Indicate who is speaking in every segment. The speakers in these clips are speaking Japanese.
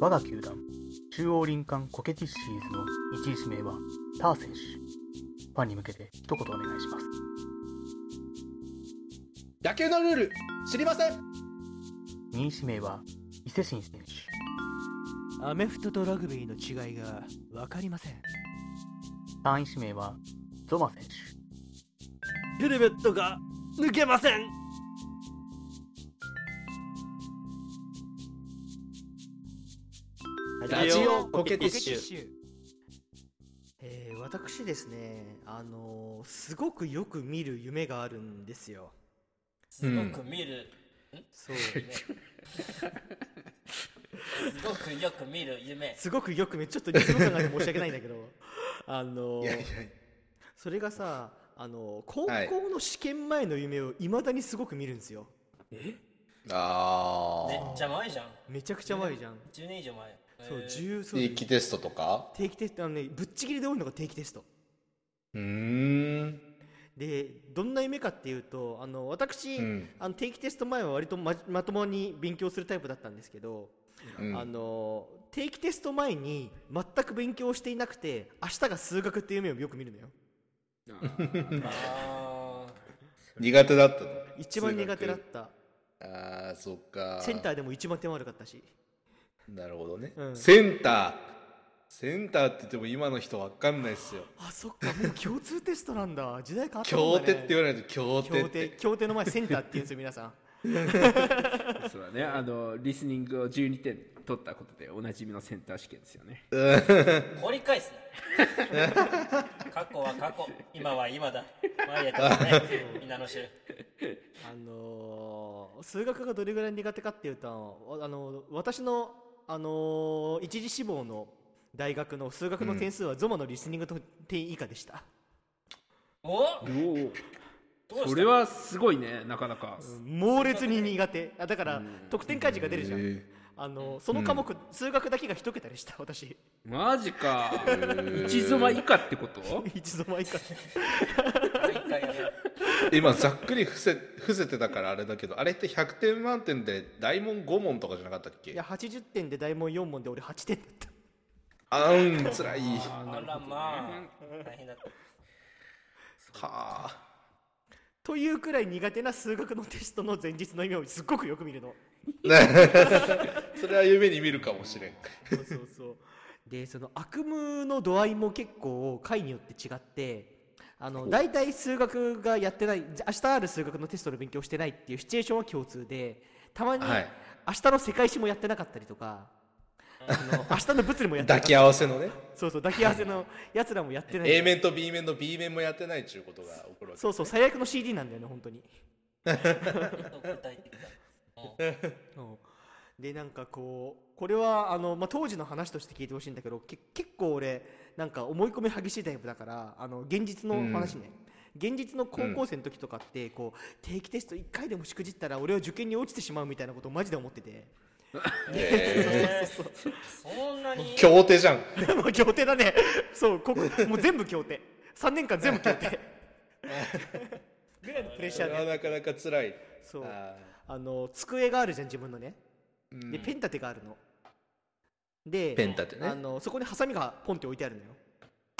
Speaker 1: 我が球団中央林間コケティッシーズの1位指名はター選手ファンに向けて一言お願いします
Speaker 2: 野球のルール知りません
Speaker 1: 2位指名は伊勢神選手
Speaker 3: アメフトとラグビーの違いが分かりません
Speaker 1: 3位指名はゾマ選手
Speaker 3: ヘルメットが抜けません
Speaker 2: ラジオコケティッシュ
Speaker 3: ュ
Speaker 4: えー私ですね、あのーすごくよく見る夢があるんですよ。
Speaker 2: う
Speaker 5: す
Speaker 2: ん
Speaker 5: ごく見る、
Speaker 4: そう。
Speaker 5: すごくよく見る夢。
Speaker 4: すごくよく見、ちょっと日常感があって申し訳ないんだけど、あのー
Speaker 2: いやいや
Speaker 4: それがさ、あのー高
Speaker 2: はい
Speaker 4: 校の試験前の夢をいまだにすごく見るんですよ。
Speaker 2: あ
Speaker 5: め
Speaker 2: あ
Speaker 5: っちゃ前じゃん。
Speaker 4: めちゃくちゃ前じゃん。
Speaker 5: 10年以上前。
Speaker 4: そう、
Speaker 5: えー
Speaker 4: 10、そう
Speaker 2: 定期テストとか
Speaker 4: 定期テスト、あのね、ぶっちぎりで多いのが定期テスト。
Speaker 2: うーん
Speaker 4: で、どんな夢かっていうと、あの、私、
Speaker 2: うん
Speaker 4: あの定期テスト前は割とままともに勉強するタイプだったんですけど、
Speaker 2: うん
Speaker 4: あの定期テスト前に全く勉強していなくて明日が数学っていう夢をよく見るのよ
Speaker 5: あ
Speaker 2: 苦手だったの
Speaker 4: 一番苦手だった
Speaker 2: ああそっか
Speaker 4: センターでも一番手間悪かったし
Speaker 2: なるほどね、
Speaker 4: うん
Speaker 2: センターセンターって言っても今の人わかんないっすよ
Speaker 4: あそ っかもう共通テストなんだ時代変わったもん
Speaker 2: 協
Speaker 4: だ、ね、
Speaker 2: 定って言わないと協定
Speaker 4: 協
Speaker 2: っ
Speaker 4: 定
Speaker 2: て
Speaker 4: 協定の前センターって言うんですよ皆さん
Speaker 6: そうだねあのリスニングを12点取ったことでおなじみのセンター試験ですよね
Speaker 5: ー掘り返すね。過去は過去、今は今だ。前へ立つね、皆の衆。
Speaker 4: あのー数学がどれぐらい苦手かっていうとあの私の、あのー一次志望の大学の数学の点数はゾマのリスニングと点以下でした、
Speaker 5: お
Speaker 6: お
Speaker 5: どうした
Speaker 6: おそれはすごいねなかなか、
Speaker 4: 猛烈に苦手あだから得点開示が出るじゃん、
Speaker 2: え
Speaker 4: あのその科目、数学だけが一桁でした私
Speaker 6: マジか一ゾマ以下ってこと
Speaker 4: 一度前か
Speaker 5: もう一回やる。
Speaker 2: ー今ざっくり伏せ伏せてたからあれだけどあれって100点満点で大問5問とかじゃなかったっ
Speaker 4: い
Speaker 2: け
Speaker 4: や80点で大問4問で俺8点だった
Speaker 2: あうんつらいは
Speaker 6: あ
Speaker 5: あ
Speaker 6: なる
Speaker 5: ら
Speaker 6: ほど
Speaker 5: まあ、大変だった。
Speaker 2: あ
Speaker 4: というくらい苦手な数学のテストの前日の夢をすっごくよく見るの
Speaker 2: それは夢に見るかもしれん
Speaker 4: そうそうそう でその悪夢の度合いも結構回によって違ってあの大体数学がやってない明日ある数学のテストの勉強してないっていうシチュエーションは共通でたまに
Speaker 2: はい
Speaker 4: 明日の世界史もやってなかったりとか、あの明日の物理もやって
Speaker 2: 抱
Speaker 4: なかった
Speaker 2: き合わせのね
Speaker 4: そうそう抱き合わせのやつらもやってない
Speaker 2: A 面と B 面の B 面もやってないっちゅうことが起こるわけ
Speaker 4: そうそう最悪の CD なんだよね本当に
Speaker 5: 具体的だ。
Speaker 4: うんでなんかこうこれはあの、まあ、当時の話として聞いてほしいんだけどけ結構俺なんか思い込み激しいタイプだからあの現実の話ね、現実の高校生の時とかって、こう定期テスト1回でもしくじったら俺は受験に落ちてしまうみたいなことをマジで思ってて
Speaker 5: えーそんなに
Speaker 2: 協定じゃん
Speaker 4: もう協定だねそうここもう全部協定3年間全部協定 ぐらいのプレッシ
Speaker 2: そ
Speaker 4: ャ
Speaker 2: れ
Speaker 4: ー
Speaker 2: は
Speaker 4: で
Speaker 2: なかなかつらい
Speaker 4: そう
Speaker 2: あ
Speaker 4: あの机があるじゃん自分のね
Speaker 2: ーうん
Speaker 4: でペン立てがあるので
Speaker 2: ペン立てね
Speaker 4: あのそこにハサミがポンって置いてある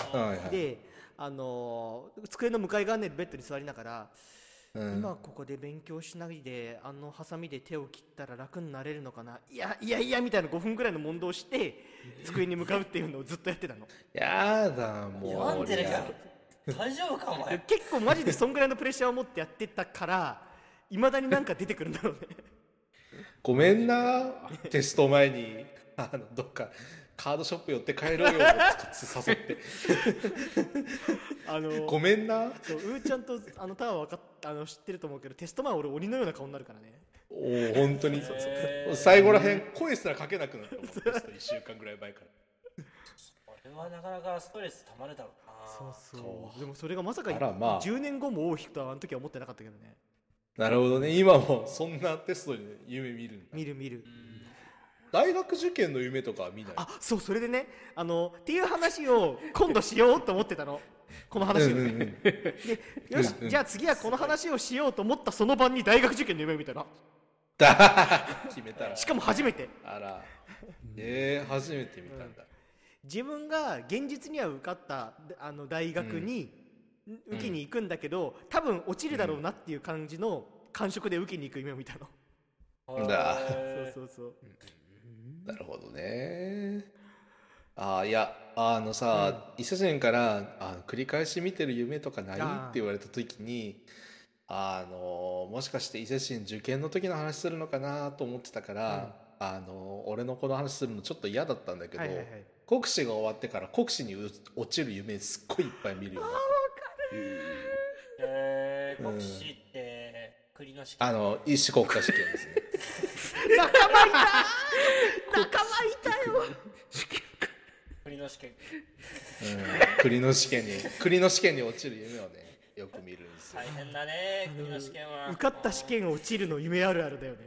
Speaker 4: のよ
Speaker 2: はいはい
Speaker 4: であのー机の向かい側にあるベッドに座りながら、
Speaker 2: うん
Speaker 4: 今ここで勉強しないであのハサミで手を切ったら楽になれるのかないやいやいやみたいな5分ぐらいの問答をして机に向かうっていうのをずっとやって たの
Speaker 2: やだもう
Speaker 5: 病んでる
Speaker 2: 俺
Speaker 5: や
Speaker 2: は
Speaker 5: ん。大丈夫か、お前。
Speaker 4: 結構マジでそんぐらいのプレッシャーを持ってやってたからいまだになんか出てくるんだ ろうね
Speaker 2: ごめんなテスト前にあのどっかカードショップ寄って帰ろうよって誘って
Speaker 4: あのー
Speaker 2: ごめんな
Speaker 4: そううーちゃんとあのタワーわかっあの知ってると思うけどテスト前俺鬼のような顔になるからね
Speaker 2: おお本当に最後らへん声すらかけなくなったもんテスト1週間ぐらい前から
Speaker 5: これはなかなかストレス溜まるだろうな。
Speaker 4: そう
Speaker 2: そ
Speaker 4: でもそれがまさか
Speaker 2: あらまあ
Speaker 4: 10年後も尾を引くとはあの時は思ってなかったけどね
Speaker 2: なるほどね今もそんなテストに夢見るんだ
Speaker 4: 見る見る
Speaker 2: 大学受験の夢とかは見ない
Speaker 4: あそうそれでねあのっていう話を今度しようと思ってた のこの話をね、
Speaker 2: うんうんうん
Speaker 4: でよし、
Speaker 2: うんうん
Speaker 4: じゃあ次はこの話をしようと思ったその晩に大学受験の夢を見たな
Speaker 2: だ決めたら
Speaker 4: しかも初めて
Speaker 2: あらえー、初めて見たんだ。
Speaker 4: 自分が現実には受かったあの大学に、受けに行くんだけど、多分落ちるだろうなっていう感じの感触で受けに行く夢を見たの、
Speaker 2: だ
Speaker 5: へー
Speaker 4: そうそうそう
Speaker 2: なるほどね。あーいやあのさ、伊勢神からあの繰り返し見てる夢とかないっ
Speaker 4: あ
Speaker 2: て
Speaker 4: ー
Speaker 2: 言われた時にあのもしかして伊勢神受験の時の話するのかなと思ってたから、あの俺のこの話するのちょっと嫌だったんだけど、
Speaker 4: はいはいはい
Speaker 2: 国試が終わってから国試にう落ちる夢すっごいいっぱい見るようになっ
Speaker 5: えー、国士って国の試
Speaker 2: た
Speaker 5: 験
Speaker 2: あの医師国家試験ですね
Speaker 5: 国の試験
Speaker 2: うん国の試験に国の試験に落ちる夢をねよく見るんですよ
Speaker 5: 大変だね国の試験は
Speaker 4: 受かった試験落ちるの夢あるあるだよね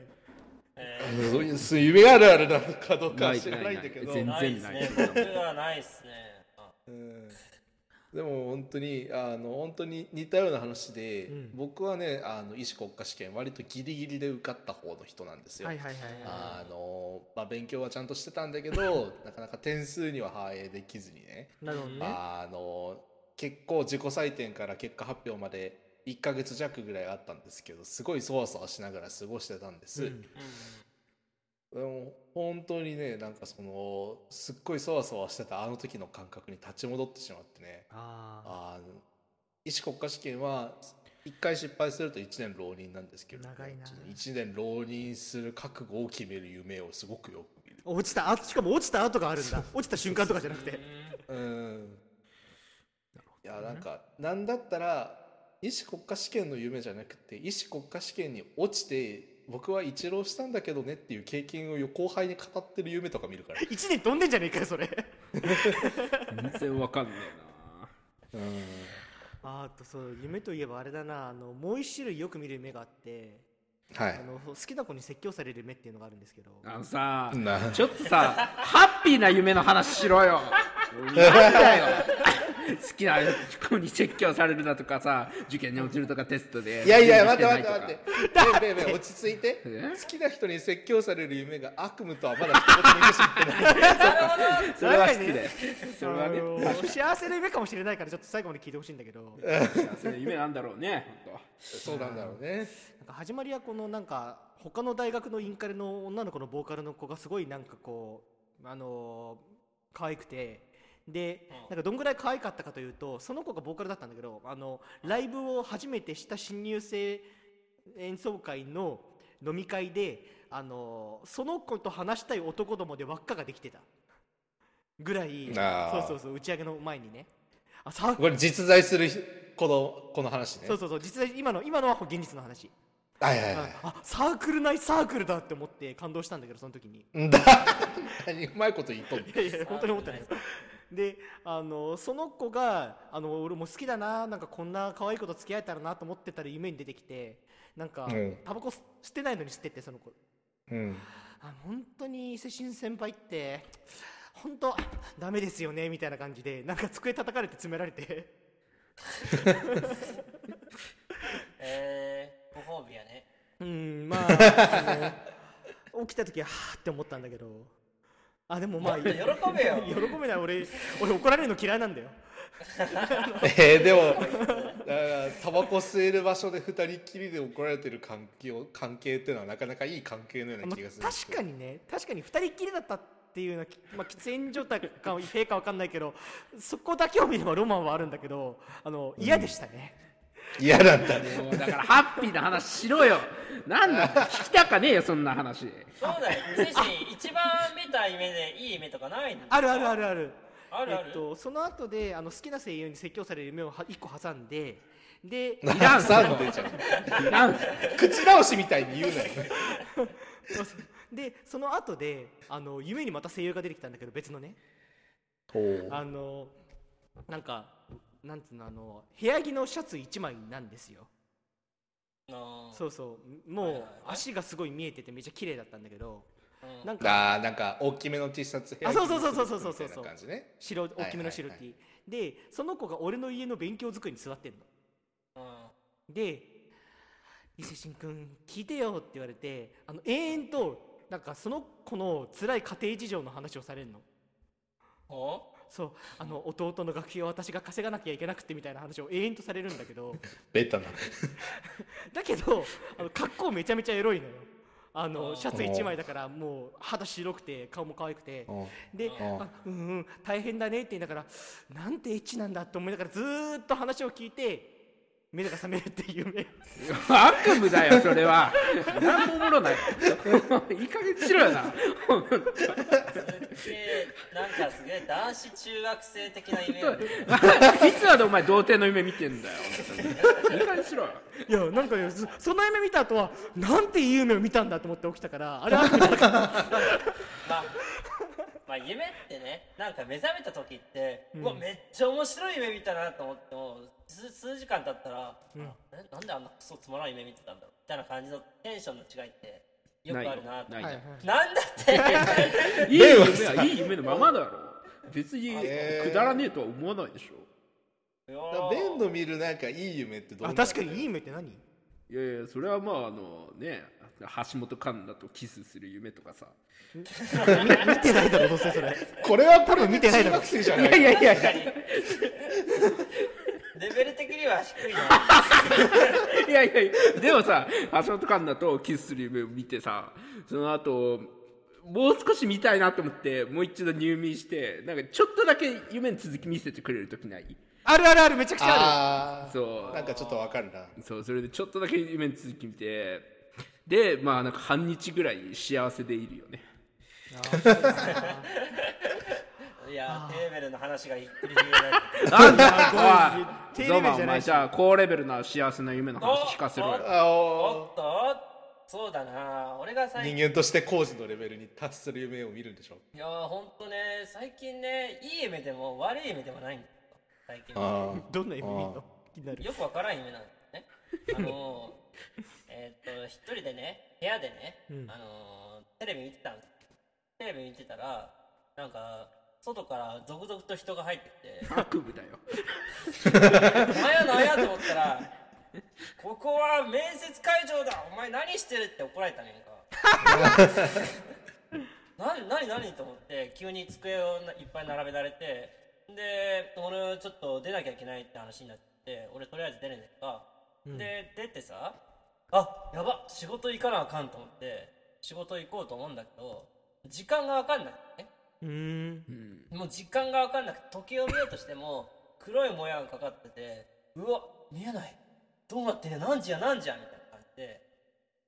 Speaker 5: え
Speaker 2: そういうそういう夢があるあるなのかどうかは知らないんだけど
Speaker 6: ないないない
Speaker 5: ーない
Speaker 6: 全然
Speaker 5: ですね僕はないですねあ
Speaker 2: うんでも本当にあの本当に似たような話で、
Speaker 4: ん
Speaker 2: 僕はねあの医師国家試験割とギリギリで受かった方の人なんですよ。
Speaker 4: はいはいはい
Speaker 2: あのまあ、勉強はちゃんとしてたんだけどなかなか点数には反映できずにね
Speaker 4: なるほどね
Speaker 2: あの結構自己採点から結果発表まで1ヶ月弱ぐらいあったんですけどすごいそわそわしながら過ごしてたんです。
Speaker 4: うん
Speaker 2: でも本当にねなんかそのすっごいそわそわしてたあの時の感覚に立ち戻ってしまってねあ
Speaker 4: あ
Speaker 2: の医師国家試験は1回失敗すると1年浪人なんですけれども
Speaker 4: 長いな
Speaker 2: 1年浪人する覚悟を決める夢をすごくよく見る
Speaker 4: 落ちたあしかも落ちた後があるんだ落ちた瞬間とかじゃなくて
Speaker 2: うんいやなんかなんだったら医師国家試験の夢じゃなくて医師国家試験に落ちて僕は一浪したんだけどねっていう経験を後輩に語ってる夢とか見るから
Speaker 4: 1年飛んでんじゃねえかよそれ
Speaker 6: 全然わかんね
Speaker 2: うん
Speaker 4: あーあとそう夢といえばあれだなあのもう一種類よく見る夢があって
Speaker 2: は
Speaker 4: あ
Speaker 2: い。
Speaker 4: の好きな子に説教される夢っていうのがあるんですけど
Speaker 6: えなあのさ
Speaker 2: な
Speaker 6: ちょっとさハッピーな夢の話しろよなんだよ好きな子に説教されるだとかさ受験に落ちるとかテストで
Speaker 2: いやい や、
Speaker 6: 準
Speaker 2: 待って待
Speaker 6: 備
Speaker 2: っ
Speaker 6: してない
Speaker 2: 待っ
Speaker 6: とか
Speaker 2: て。 べえべえべえ、落ち着いて。
Speaker 6: え
Speaker 2: 好きな人に説教される夢が悪夢とはまだ一言も言って ない。
Speaker 6: それは失礼それはね
Speaker 4: あのー幸せな夢かもしれないからちょっと最後まで聞いてほしいんだけど
Speaker 6: それ夢なんだろうねほんと
Speaker 2: そうなんだろうね。
Speaker 4: なんか始まりはこのなんか他の大学のインカレの女の子のボーカルの子がすごいなんかこうあのー可愛くてでなんかどんぐらい可愛かったかというとその子がボーカルだったんだけどあのライブを初めてした新入生演奏会の飲み会であのーその子と話したい男どもで輪っかができてたぐらい
Speaker 2: あ
Speaker 4: そ
Speaker 2: ー
Speaker 4: うそうそう打ち上げの前にねあさ
Speaker 2: これ実在するこの、この話ね
Speaker 4: そう。そうそう実際今の今のは現実の話。
Speaker 2: はいはいは
Speaker 4: ああサークルないサークルだって思って感動したんだけどその時に
Speaker 2: い。んだ。何 うまいこと言っとんの
Speaker 4: いやいや本当に思ってないですであのその子があの俺も好きだななんかこんな可愛い子と付き合えたらなと思ってたら夢に出てきてなんか、
Speaker 2: うん
Speaker 4: タバコ吸ってないのに吸ってってその子
Speaker 2: うん。
Speaker 4: あ本当に伊勢神先輩って本当ダメですよねみたいな感じでなんか机叩かれて詰められて
Speaker 5: えー、ご褒美やね
Speaker 4: うんまああの起きた時ははあって思ったんだけどあでもまあ
Speaker 5: もっと喜べ よ
Speaker 4: 喜べない俺俺怒られるの嫌いなんだよ
Speaker 2: えー、でも、だからタバコ吸える場所で二人っきりで怒られてる関係を関係っていうのはなかなかいい関係のよう
Speaker 4: ま
Speaker 2: な
Speaker 4: あ
Speaker 2: 気がする。
Speaker 4: 確か。にね確かに2人っきりだったっていうのは、きまあ、喫煙状態か不平か分かんないけどそこだけを見ればロマンはあるんだけどあの嫌でしたね、
Speaker 2: 嫌なんだね。
Speaker 6: もうだからハッピーな話しろよなんだ聞きたかねえよそんな話
Speaker 5: そうだよ伊勢神一番見た夢でいい夢とかないの
Speaker 4: あるあるあるある
Speaker 5: あるある
Speaker 4: えっと、その後であの好きな声優に説教される夢をは1個挟んでで
Speaker 2: なさんでじゃん。
Speaker 6: なん
Speaker 2: 口直しみたいに言うなよ。
Speaker 4: でその後であの夢にまた声優が出てきたんだけど別のねあのなんかなんつうのあの部屋着のシャツ1枚なんですよ
Speaker 5: の
Speaker 4: そうそうも
Speaker 5: はいはいうはい
Speaker 4: 足がすごい見えててめっちゃ綺麗だったんだけど
Speaker 5: うん
Speaker 4: なんか
Speaker 2: あーなんか大きめの T シャツ
Speaker 4: あそうそうそうそうそうそうそう
Speaker 2: みたいな感じね
Speaker 4: 白
Speaker 2: いはい
Speaker 4: 大きめの白 T、
Speaker 2: は
Speaker 4: でその子が俺の家の勉強机に座ってんの
Speaker 5: うん
Speaker 4: で「伊勢神君聞いてよ」って言われてあの延々となんかその子の辛い家庭事情の話をされるの
Speaker 5: お
Speaker 4: そうあの弟の学費を私が稼がなきゃいけなくてみたいな話を延々とされるんだけど
Speaker 2: ベタな。
Speaker 4: だけどあの格好めちゃめちゃエロいのよあ
Speaker 5: あ
Speaker 4: の
Speaker 5: ー
Speaker 4: シャツ1枚だからもう肌白くて顔も可愛くて
Speaker 2: うん
Speaker 4: で
Speaker 2: あー
Speaker 4: あうんうん大変だねって言いながらなんてエッチなんだって思いながらずーっと話を聞いて目が覚めるっていうね
Speaker 6: 悪夢だよそれは何もおもろないいい加減にしろよな
Speaker 5: すげえなんかすげえ男子中学生的な夢を見てる
Speaker 6: いつまでお前童貞の夢見てんだよ本当にいい加減にしろよ
Speaker 4: いやなんかねそその夢見た後はなんていい夢を見たんだと思って起きたからあれ悪夢だから
Speaker 5: まあ、まあ夢ってねなんか目覚めた時って、うわめっちゃ面白い夢見たなと思っても数数時間経ったら、あえなんであんなクソつまらん夢見てたんだろうみたいな感じのテンションの違いってよくあるなと
Speaker 6: ないよ
Speaker 5: なんだって
Speaker 6: いい夢はいい夢のままだろ別に
Speaker 2: えー
Speaker 6: くだらねえとは思わないでしょ
Speaker 5: うわ
Speaker 2: だからベンの見るなんかいい夢ってどう
Speaker 4: あ確かにいい夢って何
Speaker 6: いやいやそれはまああのね橋本環奈とキスする夢とかさ
Speaker 4: 見てないだろどうせそれ
Speaker 2: これはこれ
Speaker 4: 見てないだ
Speaker 2: 中
Speaker 4: ろ
Speaker 2: 学生じゃ
Speaker 6: い
Speaker 2: な
Speaker 6: やい
Speaker 2: い
Speaker 6: やいやいや
Speaker 5: レベル的には低いな
Speaker 6: いやいやいやでもさ橋本環奈とキスする夢を見てさその後もう少し見たいなと思ってもう一度入眠してなんかちょっとだけ夢の続き見せてくれる時ない
Speaker 4: あるあるあるめちゃくちゃある
Speaker 2: ああ
Speaker 6: そう
Speaker 2: なんかちょっとわかるな
Speaker 6: そうそれでちょっとだけ夢の続き見てでまあなんか半日ぐらい幸せでいるよ ね
Speaker 5: いやテーベルの話がいっくり広がる
Speaker 6: なんだお
Speaker 4: 低
Speaker 6: い
Speaker 4: レベル
Speaker 6: ゾ
Speaker 4: じゃない
Speaker 6: マお前じゃあ高レベルな幸せな夢の話聞かせろよ
Speaker 2: あ
Speaker 5: お
Speaker 2: お
Speaker 5: っとそうだな俺が最
Speaker 2: 人
Speaker 5: 近
Speaker 2: 間として工事のレベルに達する夢を見るんでしょ
Speaker 5: いやーほんとね最近ねいい夢でも悪い夢でもないんだよ最近
Speaker 2: あ
Speaker 4: どんな夢見るの気になる
Speaker 5: よくわからん夢なんですね。あのーえーっと、一人でね、部屋でね、あのーテレビ見てたんですテレビ見てたら、なんか、外から続々と人が入ってき
Speaker 6: 悪夢だよ
Speaker 5: て、お前は何やと思ったら、ここは面接会場だお前何してるって怒られたねんか。 なになになにと思って、急に机をいっぱい並べられて、で、俺ちょっと出なきゃいけないって話になって、俺とりあえず出るねんか。で、出てさ、あ、やば仕事行かなあかんと思って、仕事行こうと思うんだけど、時間がわかんないね。
Speaker 4: うーん
Speaker 5: もう時間が分かんなくて時計を見ようとしても黒いもやがかかっててうわ見えないどうなってんねん何時や何時やみたいな感じで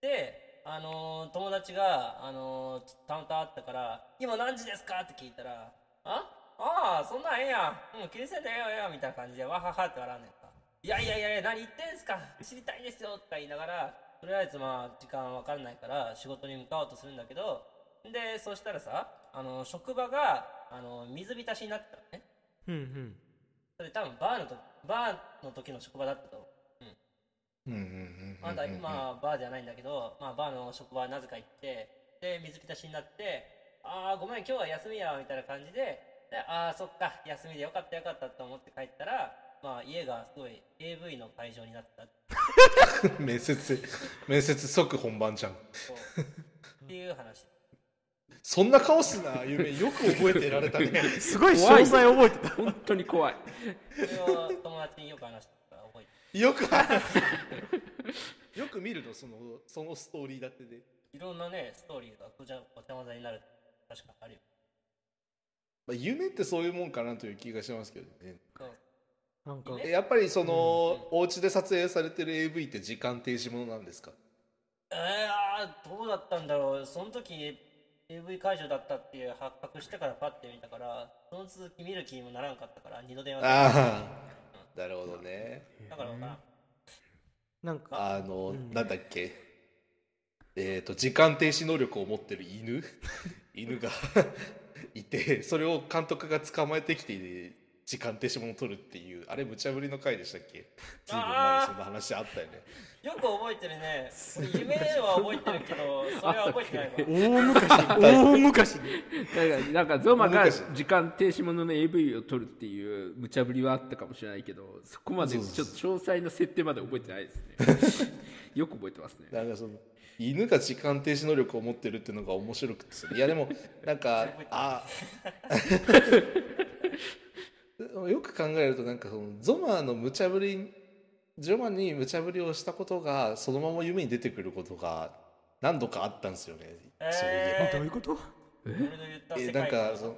Speaker 5: で、あのー友達が、あのーちょっとたまたまあったから「今何時ですか?」って聞いたら「あああそんなんええやんうん気にせんでええよええよ」みたいな感じでわははって笑うねんか「いやいやいやいや何言ってんすか知りたいですよ」とか言いながらとりあえずまあ時間わかんないから仕事に向かおうとするんだけどでそしたらさあの職場があの水浸しになってたのね
Speaker 4: うんうん
Speaker 5: それ多分バーのとバーの時の職場だったと思う
Speaker 2: うんうん
Speaker 5: まだ今バーじゃないんだけど、まあ、バーの職場なぜか行ってで水浸しになって「ああごめん今日は休みや」みたいな感じで「でああそっか休みでよかったよかった」と思って帰ったら、まあ、家がすごい AV の会場になってた
Speaker 2: うん 面接面接即本番じゃん
Speaker 5: そう っていう話
Speaker 2: そんなカオスな夢よく覚えてられたね
Speaker 4: すごい詳
Speaker 6: 怖い
Speaker 4: 細覚えてた
Speaker 6: 本当に怖い
Speaker 5: それを友達によく話してたから覚えて
Speaker 2: よく あるよく見るのそのそのストーリーだってで、
Speaker 5: るいろんなねストーリーがごちゃごちゃ混ざになる確かあるよ
Speaker 2: まあ、夢ってそういうもんかなという気がしますけどね
Speaker 5: そう
Speaker 4: なんか
Speaker 2: えやっぱりその、お家で撮影されてる AV って時間停止ものなんですか
Speaker 5: えー、あーどうだったんだろうその時 AV 会場だったっていう発覚してからパッて見たからその続き見る気にもならんかったから二度電話だ
Speaker 2: ああなるほどね
Speaker 5: からわからん
Speaker 4: なんか
Speaker 2: あの、なんだっけえっ、と時間停止能力を持ってる犬犬が いてそれを監督が捕まえてきて時間停止ものを撮るっていうあれ無茶ぶりの回でしたっけ随分前にそんな話あったよね
Speaker 5: よく覚えてるね俺夢は覚えてるけどそれは覚えてない
Speaker 4: 大昔
Speaker 5: わ
Speaker 4: 大昔に
Speaker 6: だからなんかゾマが
Speaker 2: 難しい
Speaker 6: 時間停止ものの AV を撮るっていう 無茶ぶりはあったかもしれないけどそこまでちょっと詳細の設定まで覚えてないですねよく覚えてますね
Speaker 2: なんかその犬が時間停止能力を持ってるっていうのが面白くてそれいやでもなんかあ よく考えるとなんかそのゾマの無茶ぶりゾマに無茶ぶりをしたことがそのまま夢に出てくることが何度かあったんですよね、そういえば
Speaker 5: え
Speaker 4: どうい
Speaker 5: ー
Speaker 4: うこと
Speaker 5: 俺の言った世
Speaker 2: えな
Speaker 5: 界
Speaker 2: ん
Speaker 5: 観
Speaker 2: かその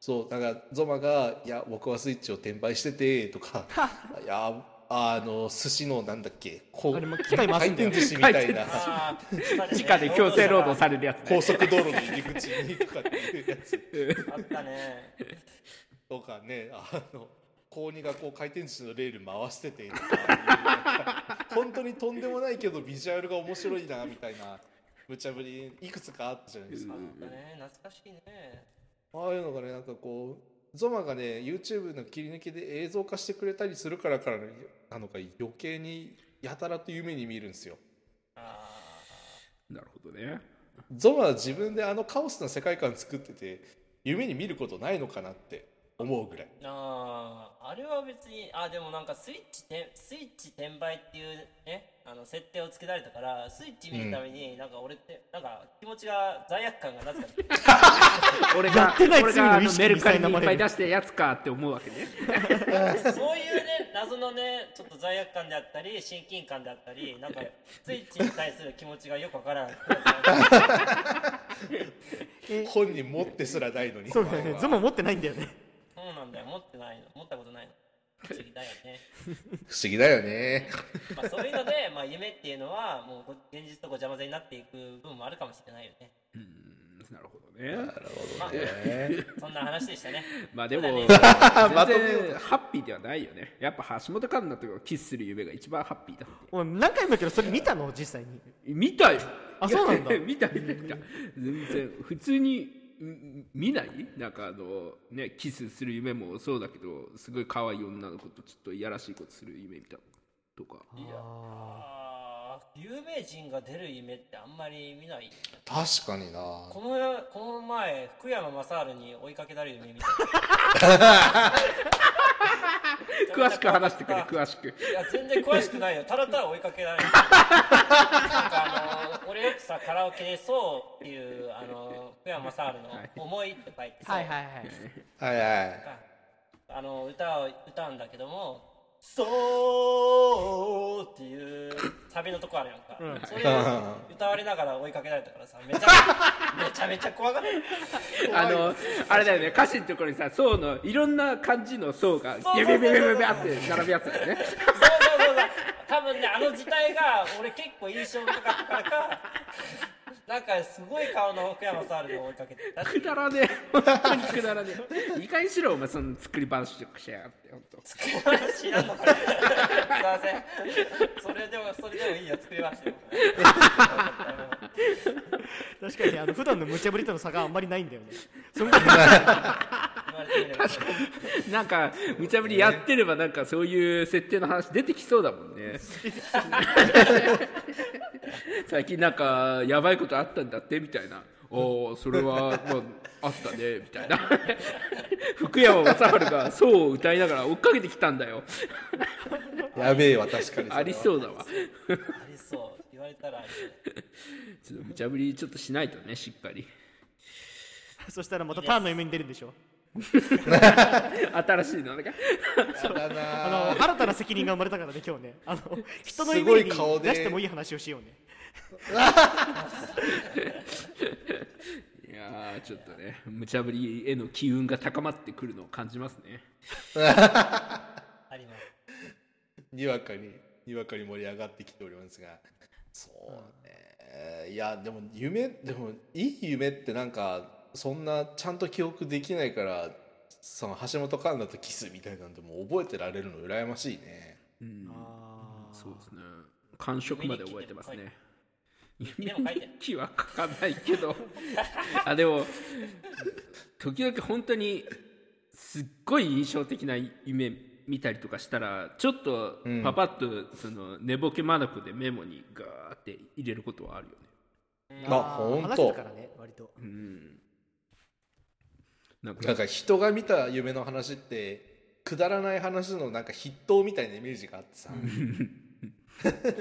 Speaker 2: そうだからゾマが「いや僕はスイッチを転売してて」とか 「いやあの寿司のなんだっけこう
Speaker 4: あれも機械回
Speaker 2: 回
Speaker 4: すん
Speaker 2: 転
Speaker 4: だよ
Speaker 2: 寿司みたい な
Speaker 5: あー地下ね
Speaker 6: 地下で強制労働されるやつね
Speaker 2: 高速道路の入り口にとかっていうやつ
Speaker 5: あったね
Speaker 2: とかねあの高2がこう回転寿司のレール回しててとか本当にとんでもないけどビジュアルが面白いなみたいな無茶ぶりいくつかあったじゃないですか。
Speaker 5: あったね懐かしいね
Speaker 2: ああいうのがねなんかこうゾマがね YouTube の切り抜きで映像化してくれたりするからからなのか余計にやたらと夢に見るんですよ。
Speaker 5: あ
Speaker 6: なるほどね
Speaker 2: ゾマは自分であのカオスな世界観作ってて夢に見ることないのかなって思うぐらい。
Speaker 5: ーあーあれは別にあでもなんかスイッチてスイッチ転売っていうねあの設定をつけられたからスイッチ見るためになんか俺ってなんか気持ちが罪悪感がなぜか
Speaker 6: 俺
Speaker 4: や
Speaker 6: が
Speaker 4: ってない
Speaker 6: 俺
Speaker 4: 罪
Speaker 6: が
Speaker 4: の
Speaker 6: あ
Speaker 4: 意
Speaker 6: の
Speaker 4: 識
Speaker 6: メルカリ
Speaker 4: に苛
Speaker 6: にい
Speaker 4: ま
Speaker 6: っぱ
Speaker 4: れ
Speaker 6: い
Speaker 4: る
Speaker 6: 出してやつかって思うわ けね
Speaker 5: そういうね謎のねちょっと罪悪感であったり親近感であったりなんかスイッチに対する気持ちがよくわからない
Speaker 2: 本人持ってすらないのに
Speaker 4: そうだよねゾマ持ってないんだよね
Speaker 5: そうなんだよ持ってないの持ったことないの不思議だよね
Speaker 2: 不思議だよ ね
Speaker 5: まあそういうので、まあ、夢っていうのはもうこ現実とごちゃ混ぜになっていく部分もあるかもしれないよね
Speaker 6: うんなるほどね
Speaker 5: まあそんな話でしたね
Speaker 6: まあで も
Speaker 5: そう
Speaker 6: 全然
Speaker 5: だね
Speaker 6: ハッピーではないよねやっぱ橋本環奈とキスする夢が一番ハッピーだって
Speaker 4: お前何回も言うけどそれ見たの実際に
Speaker 6: 見たよ
Speaker 4: あそうなんだ
Speaker 6: 見た見た見た全然普通にうん見ないなんかあのねキスする夢もそうだけどすごい可愛い女の子とちょっといやらしいことする夢みたいなとか
Speaker 5: あー有名人が出る夢ってあんまり見ない
Speaker 2: 確かにな
Speaker 5: このこの前福山雅治に追いかけられる夢見た
Speaker 6: 詳しく話してくれ詳しく
Speaker 5: いや全然詳しくないよただただ追いかけられるなんかあの俺よくさカラオケで「そう」っていうあの福山雅治の「思い」って書いてそう
Speaker 4: いはい
Speaker 2: はいはい
Speaker 5: あの歌を歌うんだけども「そう」っていうサビのとこあるやんか、それ歌われながら追いかけられたからさめちゃめちゃめちゃ怖がる
Speaker 6: あのあれだよね歌詞のところにさ層のいろんな感じの層がビ
Speaker 5: そうそう
Speaker 6: ャ
Speaker 5: そ
Speaker 6: ビ
Speaker 5: うそう
Speaker 6: ャビャビャビャって並ぶやつだよね
Speaker 5: そうそうそうそう多分ねあの時代が俺結構印象深かったからかなんかすごい顔の福山雅治で追いかけてた
Speaker 6: くだらねえ本当にくだらねえいい加減にしろお前その作り話とかしやがって本当
Speaker 5: 作り話なんのこれすいませんそれでもそれでもいいよ作り話でも
Speaker 4: 確かにあの普段の無茶ぶりとの差があんまりないんだよ ねそんな
Speaker 5: 言われてみれば
Speaker 6: なんか無茶ぶりやってればなんかそういう設定の話出てきそうだもんね最近なんかやばいことあったんだってみたいなおおそれは、まあ、あったねみたいな福山雅治が「そう」を歌いながら追っかけてきたんだよ
Speaker 2: やべえわ確かに
Speaker 6: ありそううだ
Speaker 5: あ
Speaker 6: わ
Speaker 5: りそう言われたらありそう
Speaker 6: ちょっと無茶ぶりちょっとしないとねしっかり
Speaker 4: そしたらまたターンの夢に出るんでしょ
Speaker 6: 新しいのなん
Speaker 2: だ
Speaker 6: か
Speaker 4: あ
Speaker 2: な
Speaker 4: の新たな責任が生まれたからね今日ねあの人の
Speaker 2: す
Speaker 4: 夢に出
Speaker 2: ごい顔で
Speaker 4: してもいい話をしようね
Speaker 6: いやーちょっとね無茶ぶりへの機運が高まってくるのを感じますね
Speaker 5: あります
Speaker 2: にわかににわかに盛り上がってきておりますがそうねいやでも夢でもいい夢ってなんかそんなちゃんと記憶できないからその橋本環奈とキスみたいなんでもう覚えてられるの羨ましいね
Speaker 6: うん
Speaker 4: あ
Speaker 6: そうですね感触まで覚えてますね
Speaker 5: 日記
Speaker 6: 夢
Speaker 5: でも書いて
Speaker 6: 日記は書かないけどあでも時々本当にすっごい印象的な夢見たりとかしたらちょっと
Speaker 2: うん
Speaker 6: パパッとその寝ぼけまなこでメモにガーって入れることはあるよね
Speaker 4: ー
Speaker 2: あほんと
Speaker 4: 話したからね割と
Speaker 6: うんなん
Speaker 2: な
Speaker 6: か
Speaker 2: んか人が見た夢の話ってくだらない話のなんか筆頭みたいなイメージがあってさ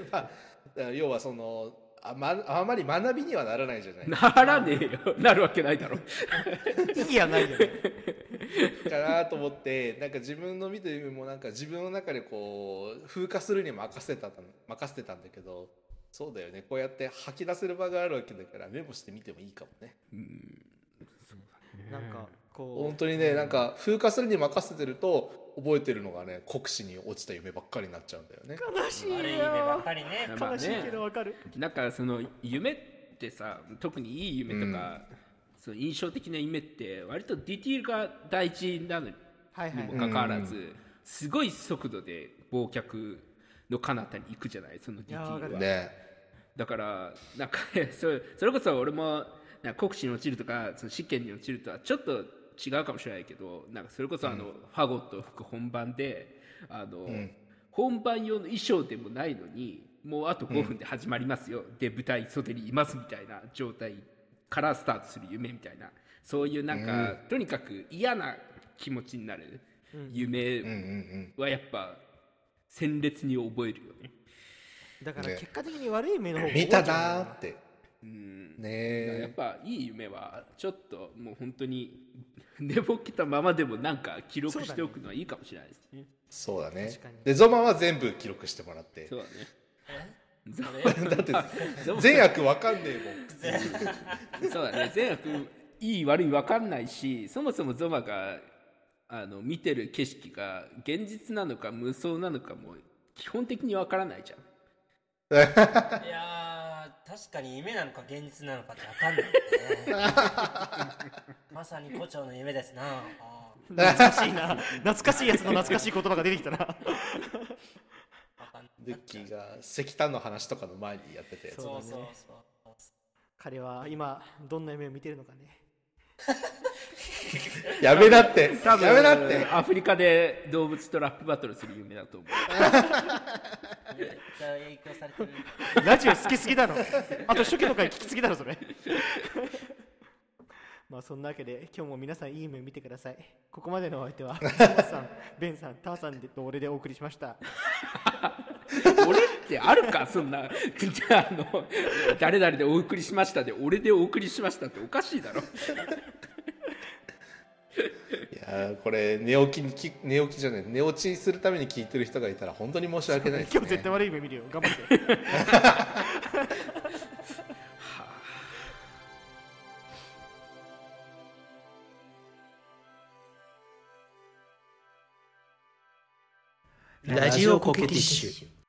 Speaker 2: まあだから要はそのあ,、まあまり学びにはならないじゃない
Speaker 6: ならねえよなるわけな いだろ
Speaker 4: 意義はないよね
Speaker 2: かなと思ってなんか自分の見てるもなんか自分の中でこう風化するに任せた任せてたんだけどそうだよねこうやって吐き出せる場があるわけだからメモしてみてもいいかもね
Speaker 4: なんかこ
Speaker 2: 本当にねなんか風化するに任せてると覚えてるのがね国史に落ちた夢ばっかりになっちゃうんだよね
Speaker 4: う悲しいよ
Speaker 5: 悪い夢ばっかりね。
Speaker 6: まあ
Speaker 4: 悲しいけ
Speaker 6: ね
Speaker 4: どわかる
Speaker 6: なんかその夢ってさ特にいい夢とか、その印象的な夢って割とディティールが大事なのに
Speaker 4: はいは
Speaker 6: に
Speaker 4: い
Speaker 6: もかかわらず、すごい速度で忘却の彼方に行くじゃないそのディティールは、
Speaker 2: ね
Speaker 6: だからなんか ねそれそれこそ俺もなんか国試に落ちるとかその試験に落ちるとはちょっと違うかもしれないけどなんかそれこそあの、ファゴットを吹く本番であの、本番用の衣装でもないのにもうあと5分で始まりますよ、で舞台袖にいますみたいな状態からスタートする夢みたいなそういうなんか、とにかく嫌な気持ちになる夢はやっぱ鮮烈に覚えるよね。
Speaker 4: だから
Speaker 2: ね
Speaker 4: 結果的に悪い夢の方が
Speaker 2: 見たなーってね
Speaker 6: やっ
Speaker 2: え
Speaker 6: ぱいい夢はちょっともう本当に 寝ぼけたままでもなんか記録しておくのはいいかもしれないですね。
Speaker 2: そうだね
Speaker 4: 確かに
Speaker 2: でゾマは全部記録してもらって
Speaker 6: そうだね。
Speaker 2: だって
Speaker 6: ゾマ
Speaker 2: 善悪わかんねえ
Speaker 6: そうだね。善悪いい悪い分かんないし、そもそもゾマがあの見てる景色が現実なのか無双なのかも基本的に分からないじゃん。
Speaker 5: いやー、確かに夢なのか現実なのかってわかんないね。まさに胡蝶の夢ですな。あ
Speaker 4: 懐かしいな懐かしいやつの懐かしい言葉が出てきたな
Speaker 5: ーわかんない
Speaker 2: もんルッキーが石炭の話とかの前にやってたやつ
Speaker 5: そうそう
Speaker 4: そうだね
Speaker 5: そう。
Speaker 4: 彼は今どんな夢を見てるのかね
Speaker 2: やめなってやめなって
Speaker 6: アフリカで動物とラップバトルする夢だと思う。
Speaker 5: めっちゃ影響されてる。
Speaker 4: ラジオ好きすぎだろあと初期の回聞きすぎだろそれ まあそんなわけで今日も皆さんいい夢見てくださいここまでのお相 手はトマさんベンさんターさんと俺でお送りしました
Speaker 6: 俺ってあるかそんなじゃああの誰々でお送りしましたで俺でお送りしましたっておかしいだろ
Speaker 2: いやーこれ寝起きにき寝起きじゃない寝落ちするために聞いてる人がいたら本当に申し訳ないです、ね、
Speaker 4: 今日絶対悪い夢見るよ頑張って
Speaker 3: ラジオコケティッシュ。